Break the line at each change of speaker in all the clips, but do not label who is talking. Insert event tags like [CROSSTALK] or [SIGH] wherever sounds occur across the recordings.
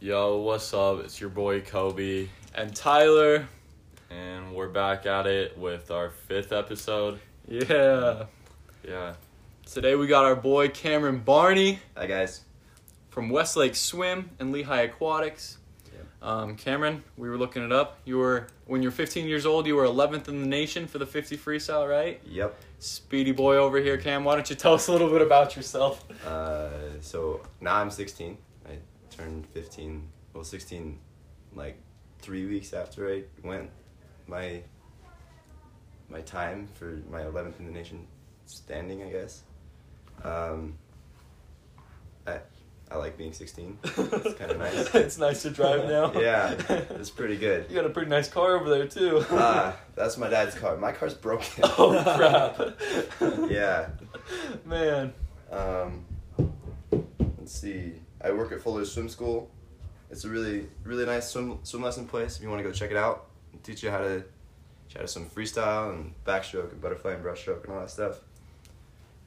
Yo, what's up? It's your boy Kobe and Tyler, and we're back at it with our fifth episode.
Yeah.
Yeah,
Today we got our boy Cameron Barney
Hi guys.
from Westlake Swim and Lehigh Aquatics. Um, Cameron, we were looking it up. You were when you're 15 years old, you were 11th in the nation for the 50 freestyle, right?
Yep.
Speedy boy over here, Cam. Why don't you tell us a little bit about yourself?
Uh, so now I'm 16. I turned 15. Well, 16, like three weeks after I went my my time for my 11th in the nation standing, I guess. Um, I I like being
[LAUGHS]
16. It's kind of nice.
it's nice to [LAUGHS] drive now.
[LAUGHS]
[LAUGHS]
yeah, it's pretty
you [LAUGHS]
good.
got a pretty nice car over
[LAUGHS]
there too.
Ah, that's my dad's car. My car's broken.
[LAUGHS]
[LAUGHS]
oh crap.
yeah.
Man.
Um, let's see. I work at Fuller's Swim School. It's a really, really nice swim swim lesson place. If you want to go check it out, They teach you how to, teach you how to swim freestyle and backstroke and butterfly and breaststroke and all that stuff.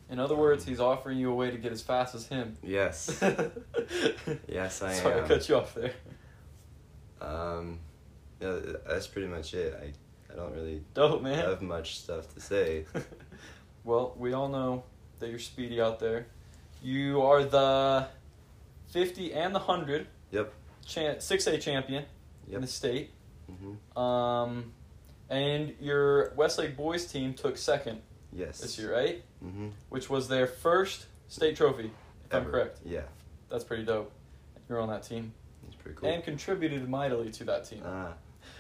In other words, he's offering you a way to get as fast as him. [LAUGHS]
Yes. yes, I
Sorry, I
am.
cut you off there.
[LAUGHS] um, yeah, that's pretty much it. I, I don't really
Dope, man.
have much stuff to [LAUGHS] say.
well, we all know that you're speedy out there. You are the 50 and the 100
Yep.
cha- 6A champion in
Yep.
the state.
hmm
Um, and your Westlake boys team took second
Yes.
this year, right?
Mm-hmm.
Which was their first state trophy, if I'm correct.
Yeah.
That's pretty dope. You're on that team.
It's pretty cool.
And contributed mightily to that team
Ah,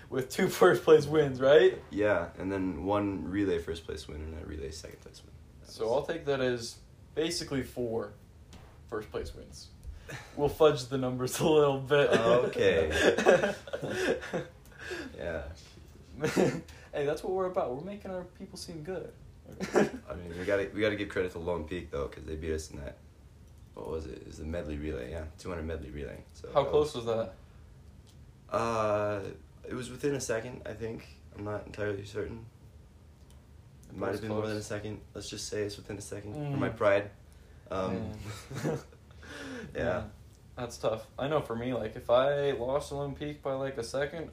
with two [LAUGHS] first place wins, right?
yeah, and then one relay first place win and a relay second place win. That
So
was-
I'll take that as basically four first place wins. We'll fudge the numbers a little bit.
Okay.
[LAUGHS]
Yeah,
hey, that's what we're about. We're making our people seem good.
[LAUGHS] I mean, we gotta we gotta give credit to Lone Peak though, because they beat us in that. What was it? It was the medley relay, yeah, two hundred medley relay. So
[LAUGHS] How
that
close was that?
Uh, it was within a second, I think. I'm not entirely certain. It might
was
have been more than a
close.
second. Let's just say it's within a second for my
Mm.
pride. Um,
Man.
[LAUGHS] yeah.
Man, That's tough. I know for me, like, if I lost Lone Peak by like a second,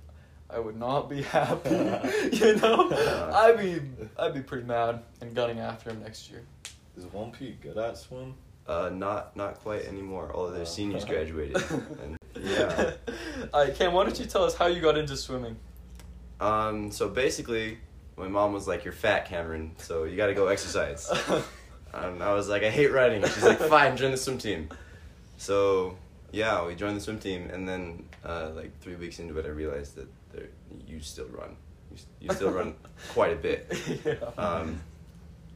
I would not
[LAUGHS]
be [LAUGHS] happy. you know? I'd be I'd be pretty mad and gunning after him next year.
Is One Peak good at swim?
Uh, not not quite anymore. All of their
[LAUGHS]
Oh.
seniors graduated. and, yeah.
All right, Cam, why don't you tell us how you got into swimming?
Um, so basically, my mom was like, "You're fat, Cameron. So you gotta go exercise." Um, I was like, I hate running. She's like, fine, join the swim team. So yeah, we joined the swim team, and then uh, like three weeks into it, I realized that there, you still run. You, s- you still
[LAUGHS]
run quite a [LAUGHS] bit.
yeah.
Um,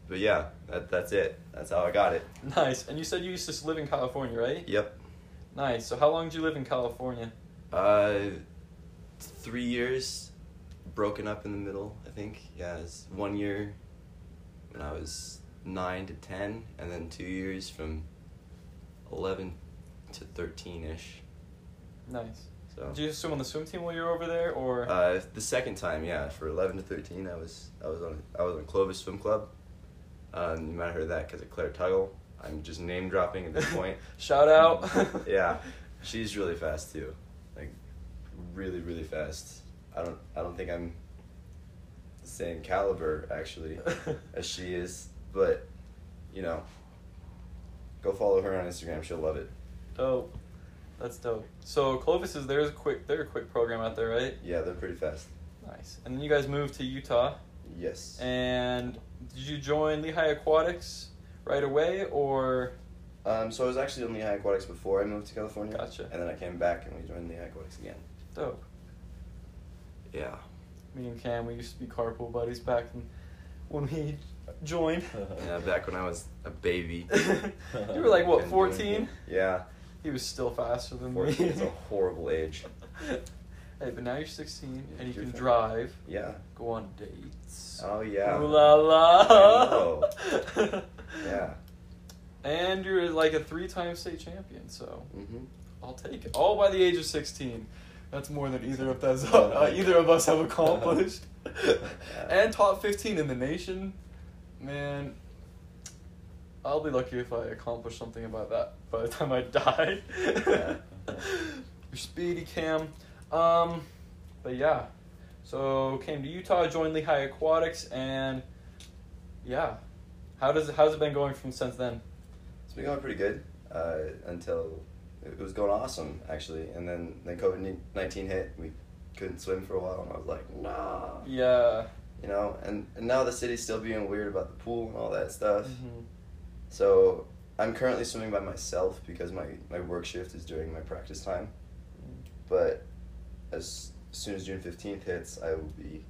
but yeah, that, that's it. That's how I got it.
nice. And you said you used to live in California, right?
Yep.
Nice. So how long did you live in California?
Uh, three years, broken up in the middle. I think yeah, it's one year when I was nine to ten, and then two years from eleven to thirteen ish.
Nice.
So
Did you swim on the swim team while you were over there, or?
uh, the second time, yeah, for eleven to thirteen, I was I was on I was on Clovis Swim Club. Um, you might have heard that because of Claire Tuggle. I'm just name dropping
[LAUGHS]
at this point. Um,
Shout out. [LAUGHS]
yeah, she's really fast too, like really really fast. I don't I don't think I'm the same caliber
[LAUGHS]
actually as she is, but you know, go follow her on Instagram. She'll love it.
dope. That's dope. So Clovis is there's a quick they're a quick program out there, right?
Yeah, they're pretty fast.
Nice. And then you guys moved to Utah,
Yes.
and did you join Lehigh Aquatics right away, or?
Um, so I was actually on Lehigh Aquatics before I moved to California.
Gotcha.
And then I came back and we joined Lehigh Aquatics again.
Dope.
Yeah.
Me and Cam, we used to be carpool buddies back in, when we joined.
[LAUGHS] Yeah, back when I was a [LAUGHS] baby.
[LAUGHS] you were
Couldn't
like what,
do anything.
fourteen?
Yeah.
He was still faster than me. [LAUGHS]
Fourteen is a horrible age.
hey, but now you're sixteen and you
You're
can
fine.
drive,
[LAUGHS] Yeah.
go on dates.
Oh yeah.
Ooh la la.
I
[LAUGHS]
Yeah.
And you're like a three-time state champion, so
Mm-hmm.
I'll take it. All by the age of sixteen. That's more than either of us,
Oh my
uh, either of us have accomplished.
Yeah.
and top fifteen in the nation, man. I'll [LAUGHS] be lucky if I accomplish something about that by the time I die.
Yeah.
your speedy cam. Um, but yeah, so came to Utah, joined Lehigh Aquatics, and yeah, how does how's it been going from since then?
It's been going pretty good uh, until it was going awesome actually, and then then COVID nineteen hit. We couldn't swim for a while, and I was like, nah.
Yeah.
You know, and, and now the city's still being weird about the pool and all that stuff.
Mhm.
So I'm currently swimming by myself because my, my work shift is during my practice time. But as soon as June fifteenth hits, I will be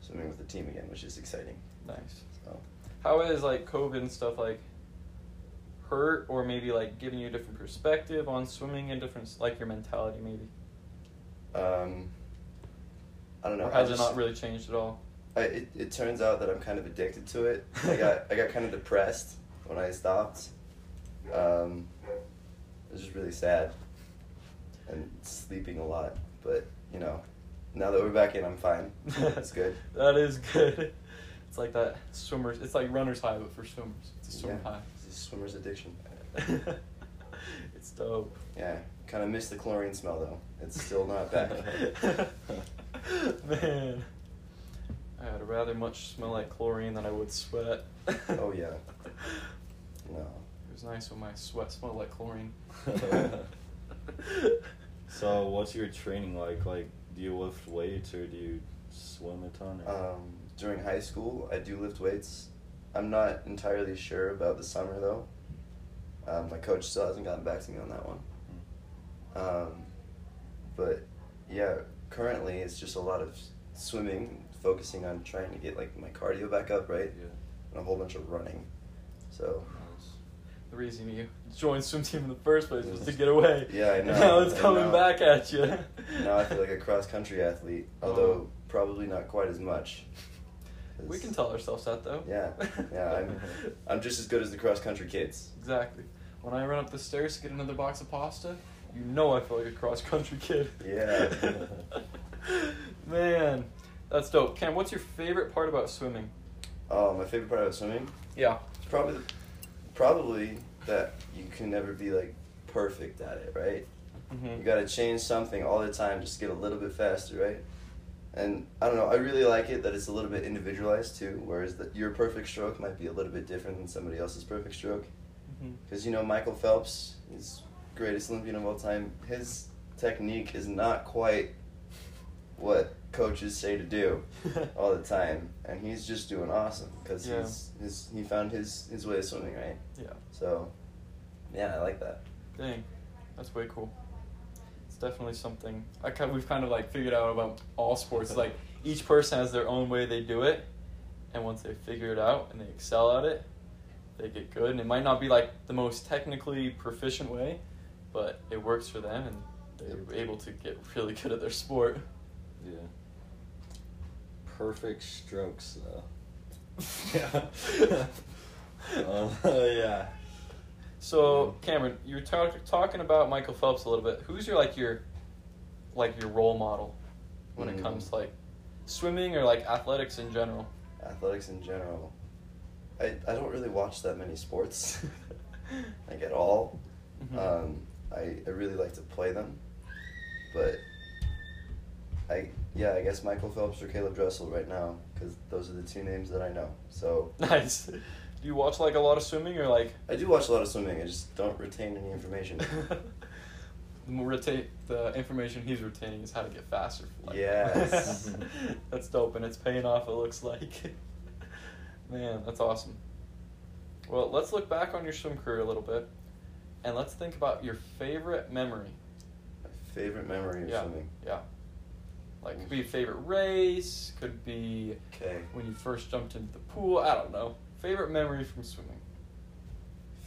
swimming with the team again, which is exciting.
Nice.
So
How is like COVID and stuff like hurt or maybe like giving you a different perspective on swimming and different like your mentality maybe?
um, I don't know.
or
I
has
just-
it not really changed at
[LAUGHS]
all?
I, it, it turns out that I'm kind of addicted to
[LAUGHS]
it. I got I got kind of depressed when I stopped. Um, it was just really sad and sleeping a lot. But you know, now that we're back in, I'm
[LAUGHS]
fine. It's good.
that is good. It's like that swimmer's it's like runner's high but for swimmers. It's a swim
Yeah,
high. [LAUGHS]
It's a swimmer's addiction. [LAUGHS]
it's dope.
Yeah, kind of miss the chlorine smell though. It's still not
[LAUGHS]
back.
Man. I would rather much smell like chlorine than I would sweat.
Oh,
[LAUGHS]
yeah. no.
It was nice when my sweat smelled
[LAUGHS]
like chlorine.
So, what's your training like? Like, do you lift weights or do you swim a ton? Or...
Um, during high school, I do lift weights. I'm not entirely sure about the summer though. Um, my coach still hasn't gotten back to me on that one.
Hmm,
Um, but yeah, currently it's just a lot of swimming, focusing on trying to get like my cardio back up, right? And a whole bunch of running. So
The reason you joined swim team in the first place was to get away.
Yeah, I know.
[LAUGHS] Now it's
I
coming
know.
back at you.
now I feel like a
[LAUGHS]
cross country athlete, although
Oh.
probably not quite as much.
We can tell ourselves that though.
Yeah, yeah, I'm, I'm just as good as the cross country kids.
[LAUGHS] Exactly. When I run up the stairs to get another box of pasta, you know I feel like a cross country kid.
Yeah.
[LAUGHS] Man, that's dope. Cam, what's your favorite part about swimming?
Oh, my favorite part about swimming
Yeah.
It's probably probably that you can never be like perfect at it, right?
Mm-hmm.
You got to change something all the time just to get a little bit faster, right? And I don't know, I really like it that it's a little bit individualized too, whereas that your perfect stroke might be a little bit different than somebody else's perfect stroke.
Mhm.
Cuz you know Michael Phelps, is greatest Olympian of all time, his technique is not quite what coaches say to do all the time, and he's just doing awesome because
Yeah.
he's his he found his his way of swimming, right?
Yeah.
So, yeah, I like that.
Dang, that's way cool. It's definitely something I kind we've kind of like figured out about all sports. Like each person has their own way they do it, and once they figure it out and they excel at it, they get good. And it might not be like the most technically proficient way, but it works for them, and they're able to get really good at their sport.
[LAUGHS] Yeah. Perfect strokes, though. [LAUGHS]
Yeah. [LAUGHS]
Um, [LAUGHS] yeah.
So Cameron, you were talk- talking about Michael Phelps a little bit. Who's your like your like your role model when it
Mm.
comes to, like swimming or like athletics in general? [LAUGHS]
Athletics in general, I I don't really watch that many
[LAUGHS]
sports, like at all.
Mhm.
Um, I I really like to play them, but I yeah I guess Michael Phelps or Caleb Dressel right now because those are the two names that I know.
[LAUGHS]
So
nice. Do you watch like a lot of swimming or like
I do watch a lot of swimming. I just don't retain any information.
[LAUGHS] The more retain the information he's retaining is how to get faster. For life.
Yes.
[LAUGHS] that's dope, and it's paying off. It looks like, [LAUGHS] man, that's awesome. Well, let's look back on your swim career a little bit, and let's think about your favorite memory.
My favorite memory of
yeah,
swimming.
yeah. Like could be a favorite race, could be
Okay.
when you first jumped into the pool. I don't know. Favorite memory from swimming.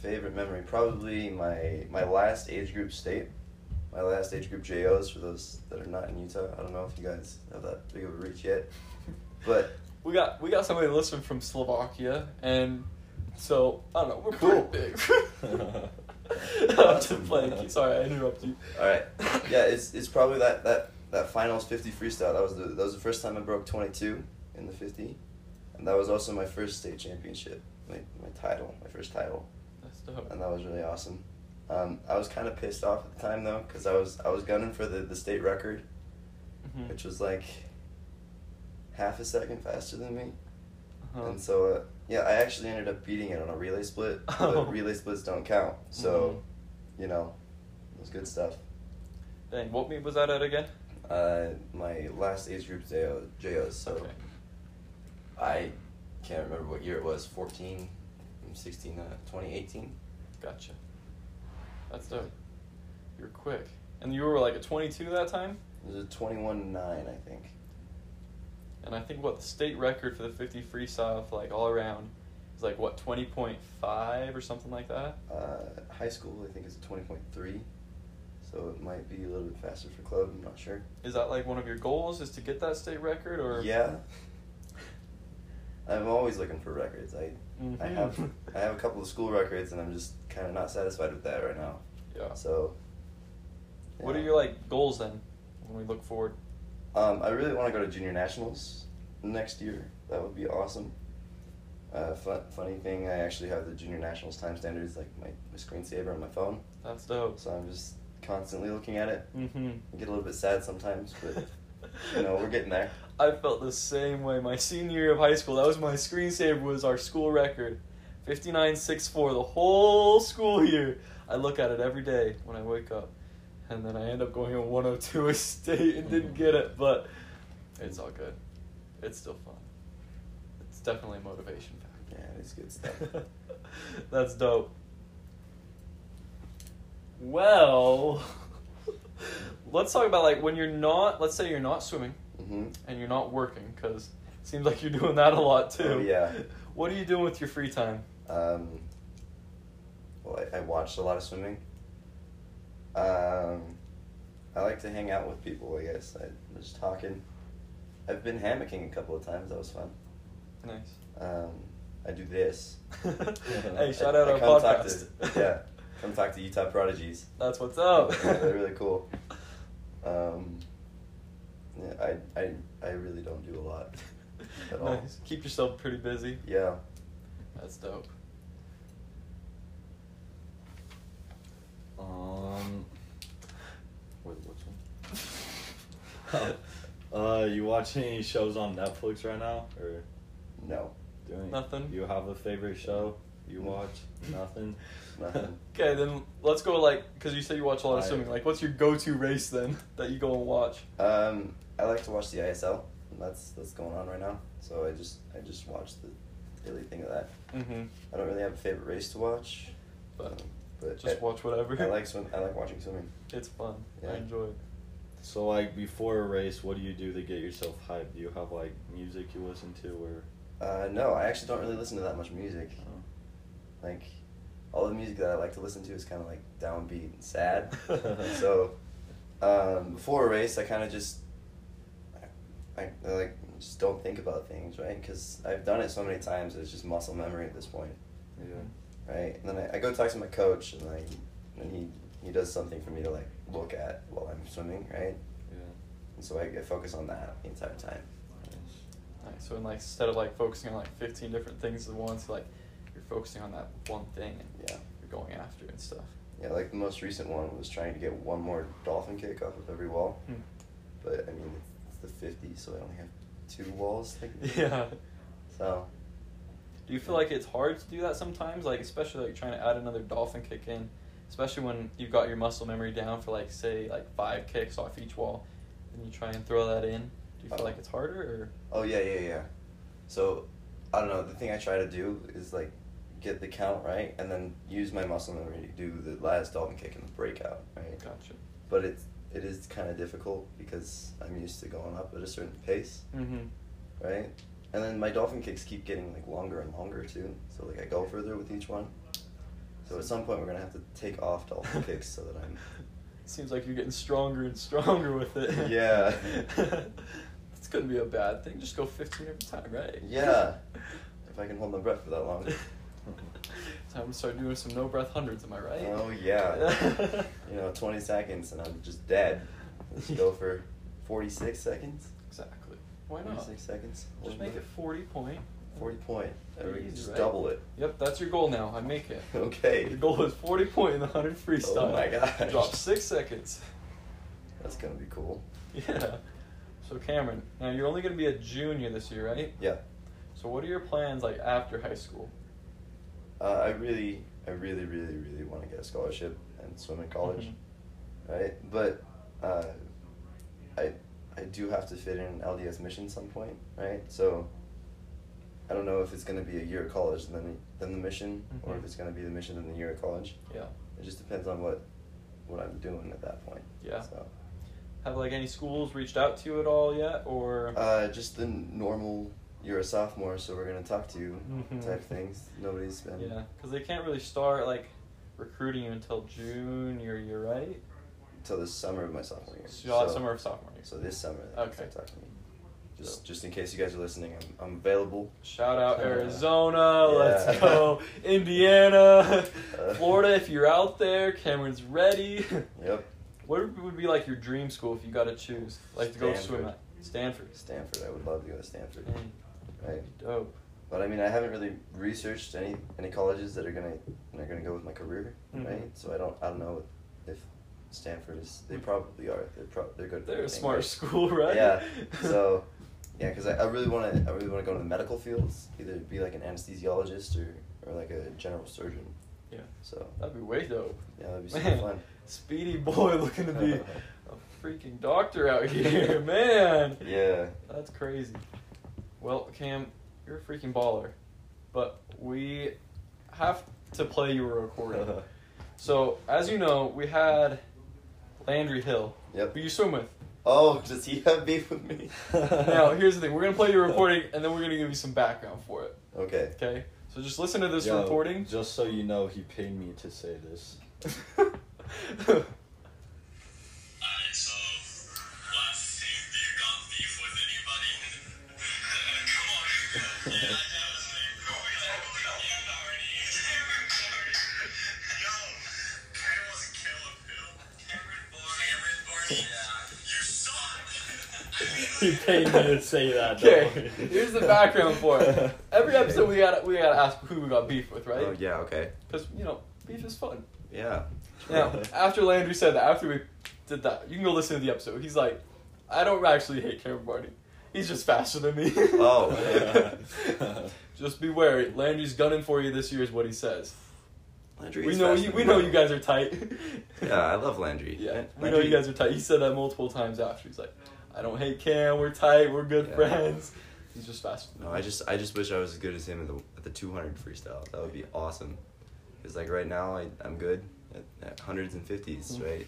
Favorite memory, probably my my last age group state, my last age group JOs for those that are not in Utah. I don't know if you guys have that big of a reach yet, but
We got we got somebody listening from Slovakia, and so I don't know. We're
Cool.
pretty big.
[LAUGHS]
I'm just playing. Sorry, I interrupted you.
all right, yeah, it's it's probably that that that finals fifty freestyle. That was the that was the first time I broke twenty two in the fifty, and that was also my first state championship, my my title, my first title,
That's dope.
and that was really awesome. Um, I was kind of pissed off at the time though, cause I was I was gunning for the, the state record,
Mhm.
which was like half a second faster than me.
Uh-huh.
And so, uh, yeah, I actually ended up beating it on a relay split,
Oh.
but relay splits don't count.
Mm-hmm.
So, you know, it was good stuff.
Dang, what meet was that at again?
Uh, my last age group JO, JOs, so
Okay.
I can't remember what year it was 14, 16, uh, 2018.
Gotcha. That's dope. You're quick. And you were like a 22 that time?
It was a 21 9, I think.
And I think what the state record for the 50 freestyle, for like all around, is like what, 20.5 or something like that?
Uh, high school, I think, is a 20.3. So it might be a little bit faster for club, I'm not sure.
Is that like one of your goals is to get that state record or?
Yeah. [LAUGHS] I'm always looking for records. I I have
Mhm.
I have a couple of school records, and I'm just kind of not satisfied with that right now.
Yeah.
So.
What are
yeah.
your like goals then when we look forward?
Um, I really want to go to junior nationals next year. That would be awesome. Uh, fun, funny thing, I actually have the junior nationals time standards like my, my screensaver on my phone,
That's dope.
so I'm just constantly looking at it.
Mm-hmm.
I get a little bit sad sometimes,
[LAUGHS]
but you know we're getting there.
I felt the same way my senior year of high school. That was my screensaver was our school record. 59.64 the whole school year. I look at it every day when I wake up. And then I end up going on 102 a state and
Mm-hmm.
didn't get it, but it's all good. It's still fun. It's definitely a motivation
Yeah, it's good
[LAUGHS]
stuff.
factor. [LAUGHS] That's dope. Well, [LAUGHS] let's talk about like when you're not, let's say you're not swimming
hmm
and you're not working because it seems like you're doing that a lot too.
Oh, yeah.
What are you doing with your free time?
Um, well, I, I watched a lot of swimming. Um, I like to hang out with people. I guess I was talking. I've been hammocking a couple of times. That was fun. [LAUGHS]
Nice.
Um, I do this.
hey, shout
I-
out
I
our
come talk
podcast. Oh.
to- [LAUGHS]
[LAUGHS]
yeah, come talk to Utah Prodigies.
That's what's up.
Yeah, [LAUGHS] they're really
[LAUGHS]
cool. Um, yeah, I, I, I really don't do a lot. [LAUGHS] at all.
nice. Keep yourself pretty busy.
Yeah.
That's dope.
Um. Wait, which one? [LAUGHS]
Oh.
[LAUGHS]
uh, you watching any shows on Netflix right now, or
No.
doing
Nothing.
You have a favorite show you watch? Mm. [LAUGHS] Nothing.
Nothing.
Okay, then let's go like because you said you watch a lot of
I-
swimming. Like, what's your go-to race then [LAUGHS] that you go and watch?
Um, I like to watch the ISL. and That's that's going on right now. So I just I just watch the daily thing of that.
Mm-hmm.
I don't really have a favorite race to watch,
But
um, but
just
I-
watch whatever.
I like swim. I like watching swimming.
[LAUGHS] It's fun.
Yeah.
I enjoy it. [LAUGHS]
So like before a race, what do you do to get yourself hyped? Do you have like music you listen to, or?
Uh, no, I actually don't really listen to that much music.
Oh.
Like, all the music that I like to listen to is kind of like downbeat and
[LAUGHS]
sad. so, um, before a race, I kind of just, I, I I, like just don't think about things, right? Because I've done it so many times, it's just muscle memory at this point.
Yeah.
right? And then I, I go talk to my coach, and like, and he he does something for me to like look at while I'm swimming, right?
Yeah.
And so I, I focus on that the entire time.
Nice. So, and like instead of like focusing on like 15 different things at once, like you're focusing on that one thing and
Yeah,
you're going after it and stuff.
yeah. Like the most recent one was trying to get one more dolphin kick off of every wall,
Hmm.
but I mean it's the fifty, so I only have two walls.
[LAUGHS] [LAUGHS] Yeah.
So,
Do you feel like it's hard to do that sometimes? Like especially like trying to add another dolphin kick in, especially when you've got your muscle memory down for like say like five kicks off each wall, and you try and throw that in. Do you feel
Oh.
like it's harder or?
oh yeah, yeah, yeah. So, I don't know. The thing I try to do is like get the count right, and then use my muscle memory to do the last dolphin kick and the breakout, right?
Gotcha.
but it's it is kind of difficult because I'm used to going up at a certain pace,
Mm-hmm.
right? And then my dolphin kicks keep getting like longer and longer too. So like I go further with each one. So at some point we're gonna have to take off dolphin
[LAUGHS]
kicks so that I'm.
Seems like you're getting stronger and stronger with
[LAUGHS]
it.
Yeah.
[LAUGHS] That's gonna be a bad thing. Just go 15 every time, right?
Yeah. If I can hold my breath for that long.
[LAUGHS] Time to start doing some no breath hundreds, am I right?
Oh
[LAUGHS]
yeah. you know, 20 seconds and I'm just dead. Let's go for 46 seconds.
Exactly. Why not?
46 seconds.
Just make it 40 point.
Forty point. Every,
Easy,
just
right?
double it.
Yep, that's your goal now. I make it.
[LAUGHS] Okay.
The goal is 40 point in the 100 freestyle.
Oh my gosh.
Drop six seconds. [LAUGHS]
That's gonna be cool.
Yeah. So Cameron, now you're only gonna be a junior this year, right?
Yeah.
So what are your plans like after high school?
Uh, I really, I really, really, really want to get a scholarship and swim in college,
Mm-hmm.
right? But uh, I, I do have to fit in an LDS mission some point, right? So I don't know if it's gonna be a year of college and then then the mission, or if
Mhm.
it's gonna be the mission and the year of college.
Mm-hmm. Yeah.
It just depends on what, what I'm doing at that point.
Yeah.
So.
Have like any schools reached out to you at all yet, or?
Uh, just the normal. You're a sophomore, so we're gonna talk to you
Mhm.
type things. Nobody's been.
yeah, because they can't really start like recruiting you until junior year, right?
Till the summer of my sophomore year.
So, summer of sophomore year.
So this summer. They okay.
Okay.
Start talking to me. Just just in case you guys are listening, I'm I'm available.
Shout out
Yeah.
Arizona, let's
[LAUGHS] Yeah.
go
[LAUGHS]
Indiana,
Uh.
Florida. If you're out there,
[LAUGHS]
Cameron's ready.
Yep.
What would be like your dream school if you got to choose, like to go swim
Stanford.
at? Stanford.
Stanford. I would love to go to Stanford.
Mm,
Right.
dope.
But I mean, I haven't really researched any any colleges that are gonna that are gonna go with my career,
Mhm.
right? So I don't I don't know if Stanford is. They probably are. They're pro- they're good. at
Mm. They're a
everything,
smart
right?
school, [LAUGHS] right?
Yeah. So, yeah, because I, I really want to I really want to go into the medical fields, either be like an anesthesiologist or, or like a general surgeon.
Yeah.
So
[LAUGHS] That'd be way dope.
yeah, that'd be super
Man, [LAUGHS]
fun.
Speedy boy [LAUGHS] looking to
[LAUGHS]
be a freaking doctor out here, [LAUGHS] man.
Yeah.
That's crazy. Well, Cam, you're a freaking baller. But we have to play you a
[LAUGHS]
recording. so, as you know, we had Landry Hill,
Yep.
who you swim with.
Oh, does he have beef with
[LAUGHS]
me?
Now, here's the thing we're going to play you a recording, and then we're going to give you some background for it.
Okay.
Okay? So, just listen to this
Yo,
recording. [LAUGHS]
Just so you know, he paid me to say this.
Uh, So, last thing, you got beef with anybody? [LAUGHS] Come on, yeah, that was me. Who we like, we don't end already. Cameron Barney. Yo, Cameron was killing Phil. Cameron Barney. Cameron Barney.
[LAUGHS]
Yeah. You suck. [LAUGHS]
he paid me to say that. don't
Okay,
worry.
here's the background for it. Every episode we gotta we gotta ask who we got beef with,
Oh
right?
yeah. Okay.
Because you know beef is fun.
Yeah.
Now, after Landry said that, after we did that, you can go listen to the episode. He's like, I don't actually hate Cameron Barney. He's just faster than me. [LAUGHS]
Oh.
[LAUGHS]
just be wary. Landry's gunning for you this year is what he says.
[LAUGHS] Landry.
we
is
know
fast
you,
and
we know
well.
you guys are tight.
[LAUGHS] Yeah, I
[LAUGHS]
love Landry.
Yeah,
Lan-
we know you
Landry-
guys are tight. He said that multiple times after. He's like, I don't hate Cam. We're tight. We're good
Yeah.
friends. He's just faster. than
No,
me.
I just I just wish I was as good as him at the at the 200 freestyle. That would be awesome. Cause like right now I I'm good at, at hundreds and fifties,
Mhm.
right?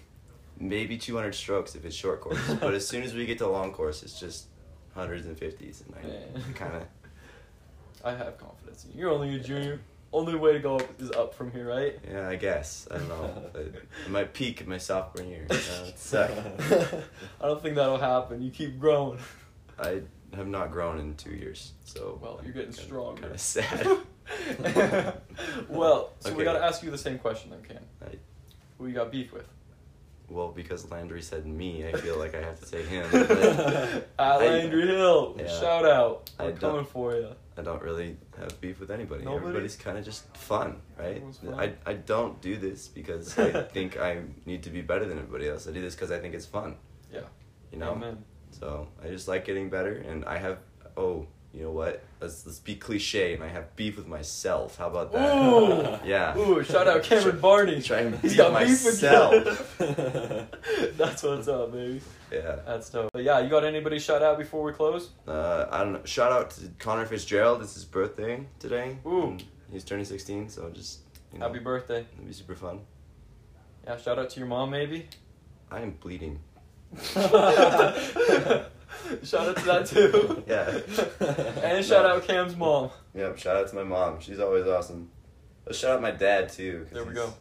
Maybe 200 strokes if it's short course. but as soon as we get to long course, it's just hundreds and fifties, and
Yeah.
[LAUGHS] I kind of
I have confidence. in you. You're only a junior. Only way to go up is up from here, right?
yeah, I guess I don't
[LAUGHS]
know. But I might peak in my sophomore year. Uh, [LAUGHS] it suck.
[LAUGHS] I don't think that'll happen. You keep growing.
I have not grown in two years, so
Well, you're getting stronger.
Kind of sad.
[LAUGHS] well, so we
Okay.
gotta ask you the same question then, Cam.
I,
Who you got beef with?
well, because Landry said me, I feel like I have to say
[LAUGHS]
him. but-
At Landry Hill,
Yeah.
shout out.
I
We're
don't-
coming for you.
I don't really have beef with anybody.
Nobody?
Everybody's kind of just fun, right?
Everyone's fun.
I, I don't do this because
[LAUGHS]
I think I need to be better than everybody else. I do this because I think it's fun,
Yeah.
you know?
Amen.
So I just like getting better, and I have, oh, you know what? Let's, let's be cliche, and I have beef with myself. How about that?
Ooh.
Yeah.
Ooh, shout out Cameron
Try-
Barney.
try and
He's
beat
got
myself.
beef with you. [LAUGHS] That's what's up, baby.
[LAUGHS] Yeah.
That's dope. But yeah, you got anybody shout out before we close?
Uh, I don't know. Shout out to Connor Fitzgerald. It's his birthday today.
Ooh.
and He's turning 16, so just, you know,
Happy birthday.
it'll be super fun.
Yeah, shout out to your
[LAUGHS]
mom maybe.
I am bleeding.
shout out to that too.
Yeah.
And shout out Cam's mom.
Yep, shout out to my mom. She's always awesome. Let's shout out my dad too. 'cause
There we
he's-
go.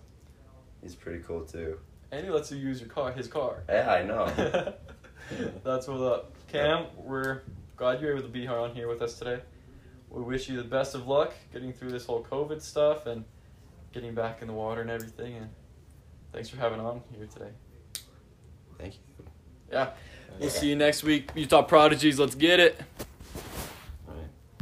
He's pretty cool too.
And he lets you use your car, his car.
Yeah, I
[LAUGHS]
know.
That's what up. Cam, we're glad you're able to be here on here with us today. We wish you the best of luck getting through this whole COVID stuff and getting back in the water and everything. And thanks for having on here today.
Thank you.
Yeah. We'll see you next week. Utah Prodigies, let's get it.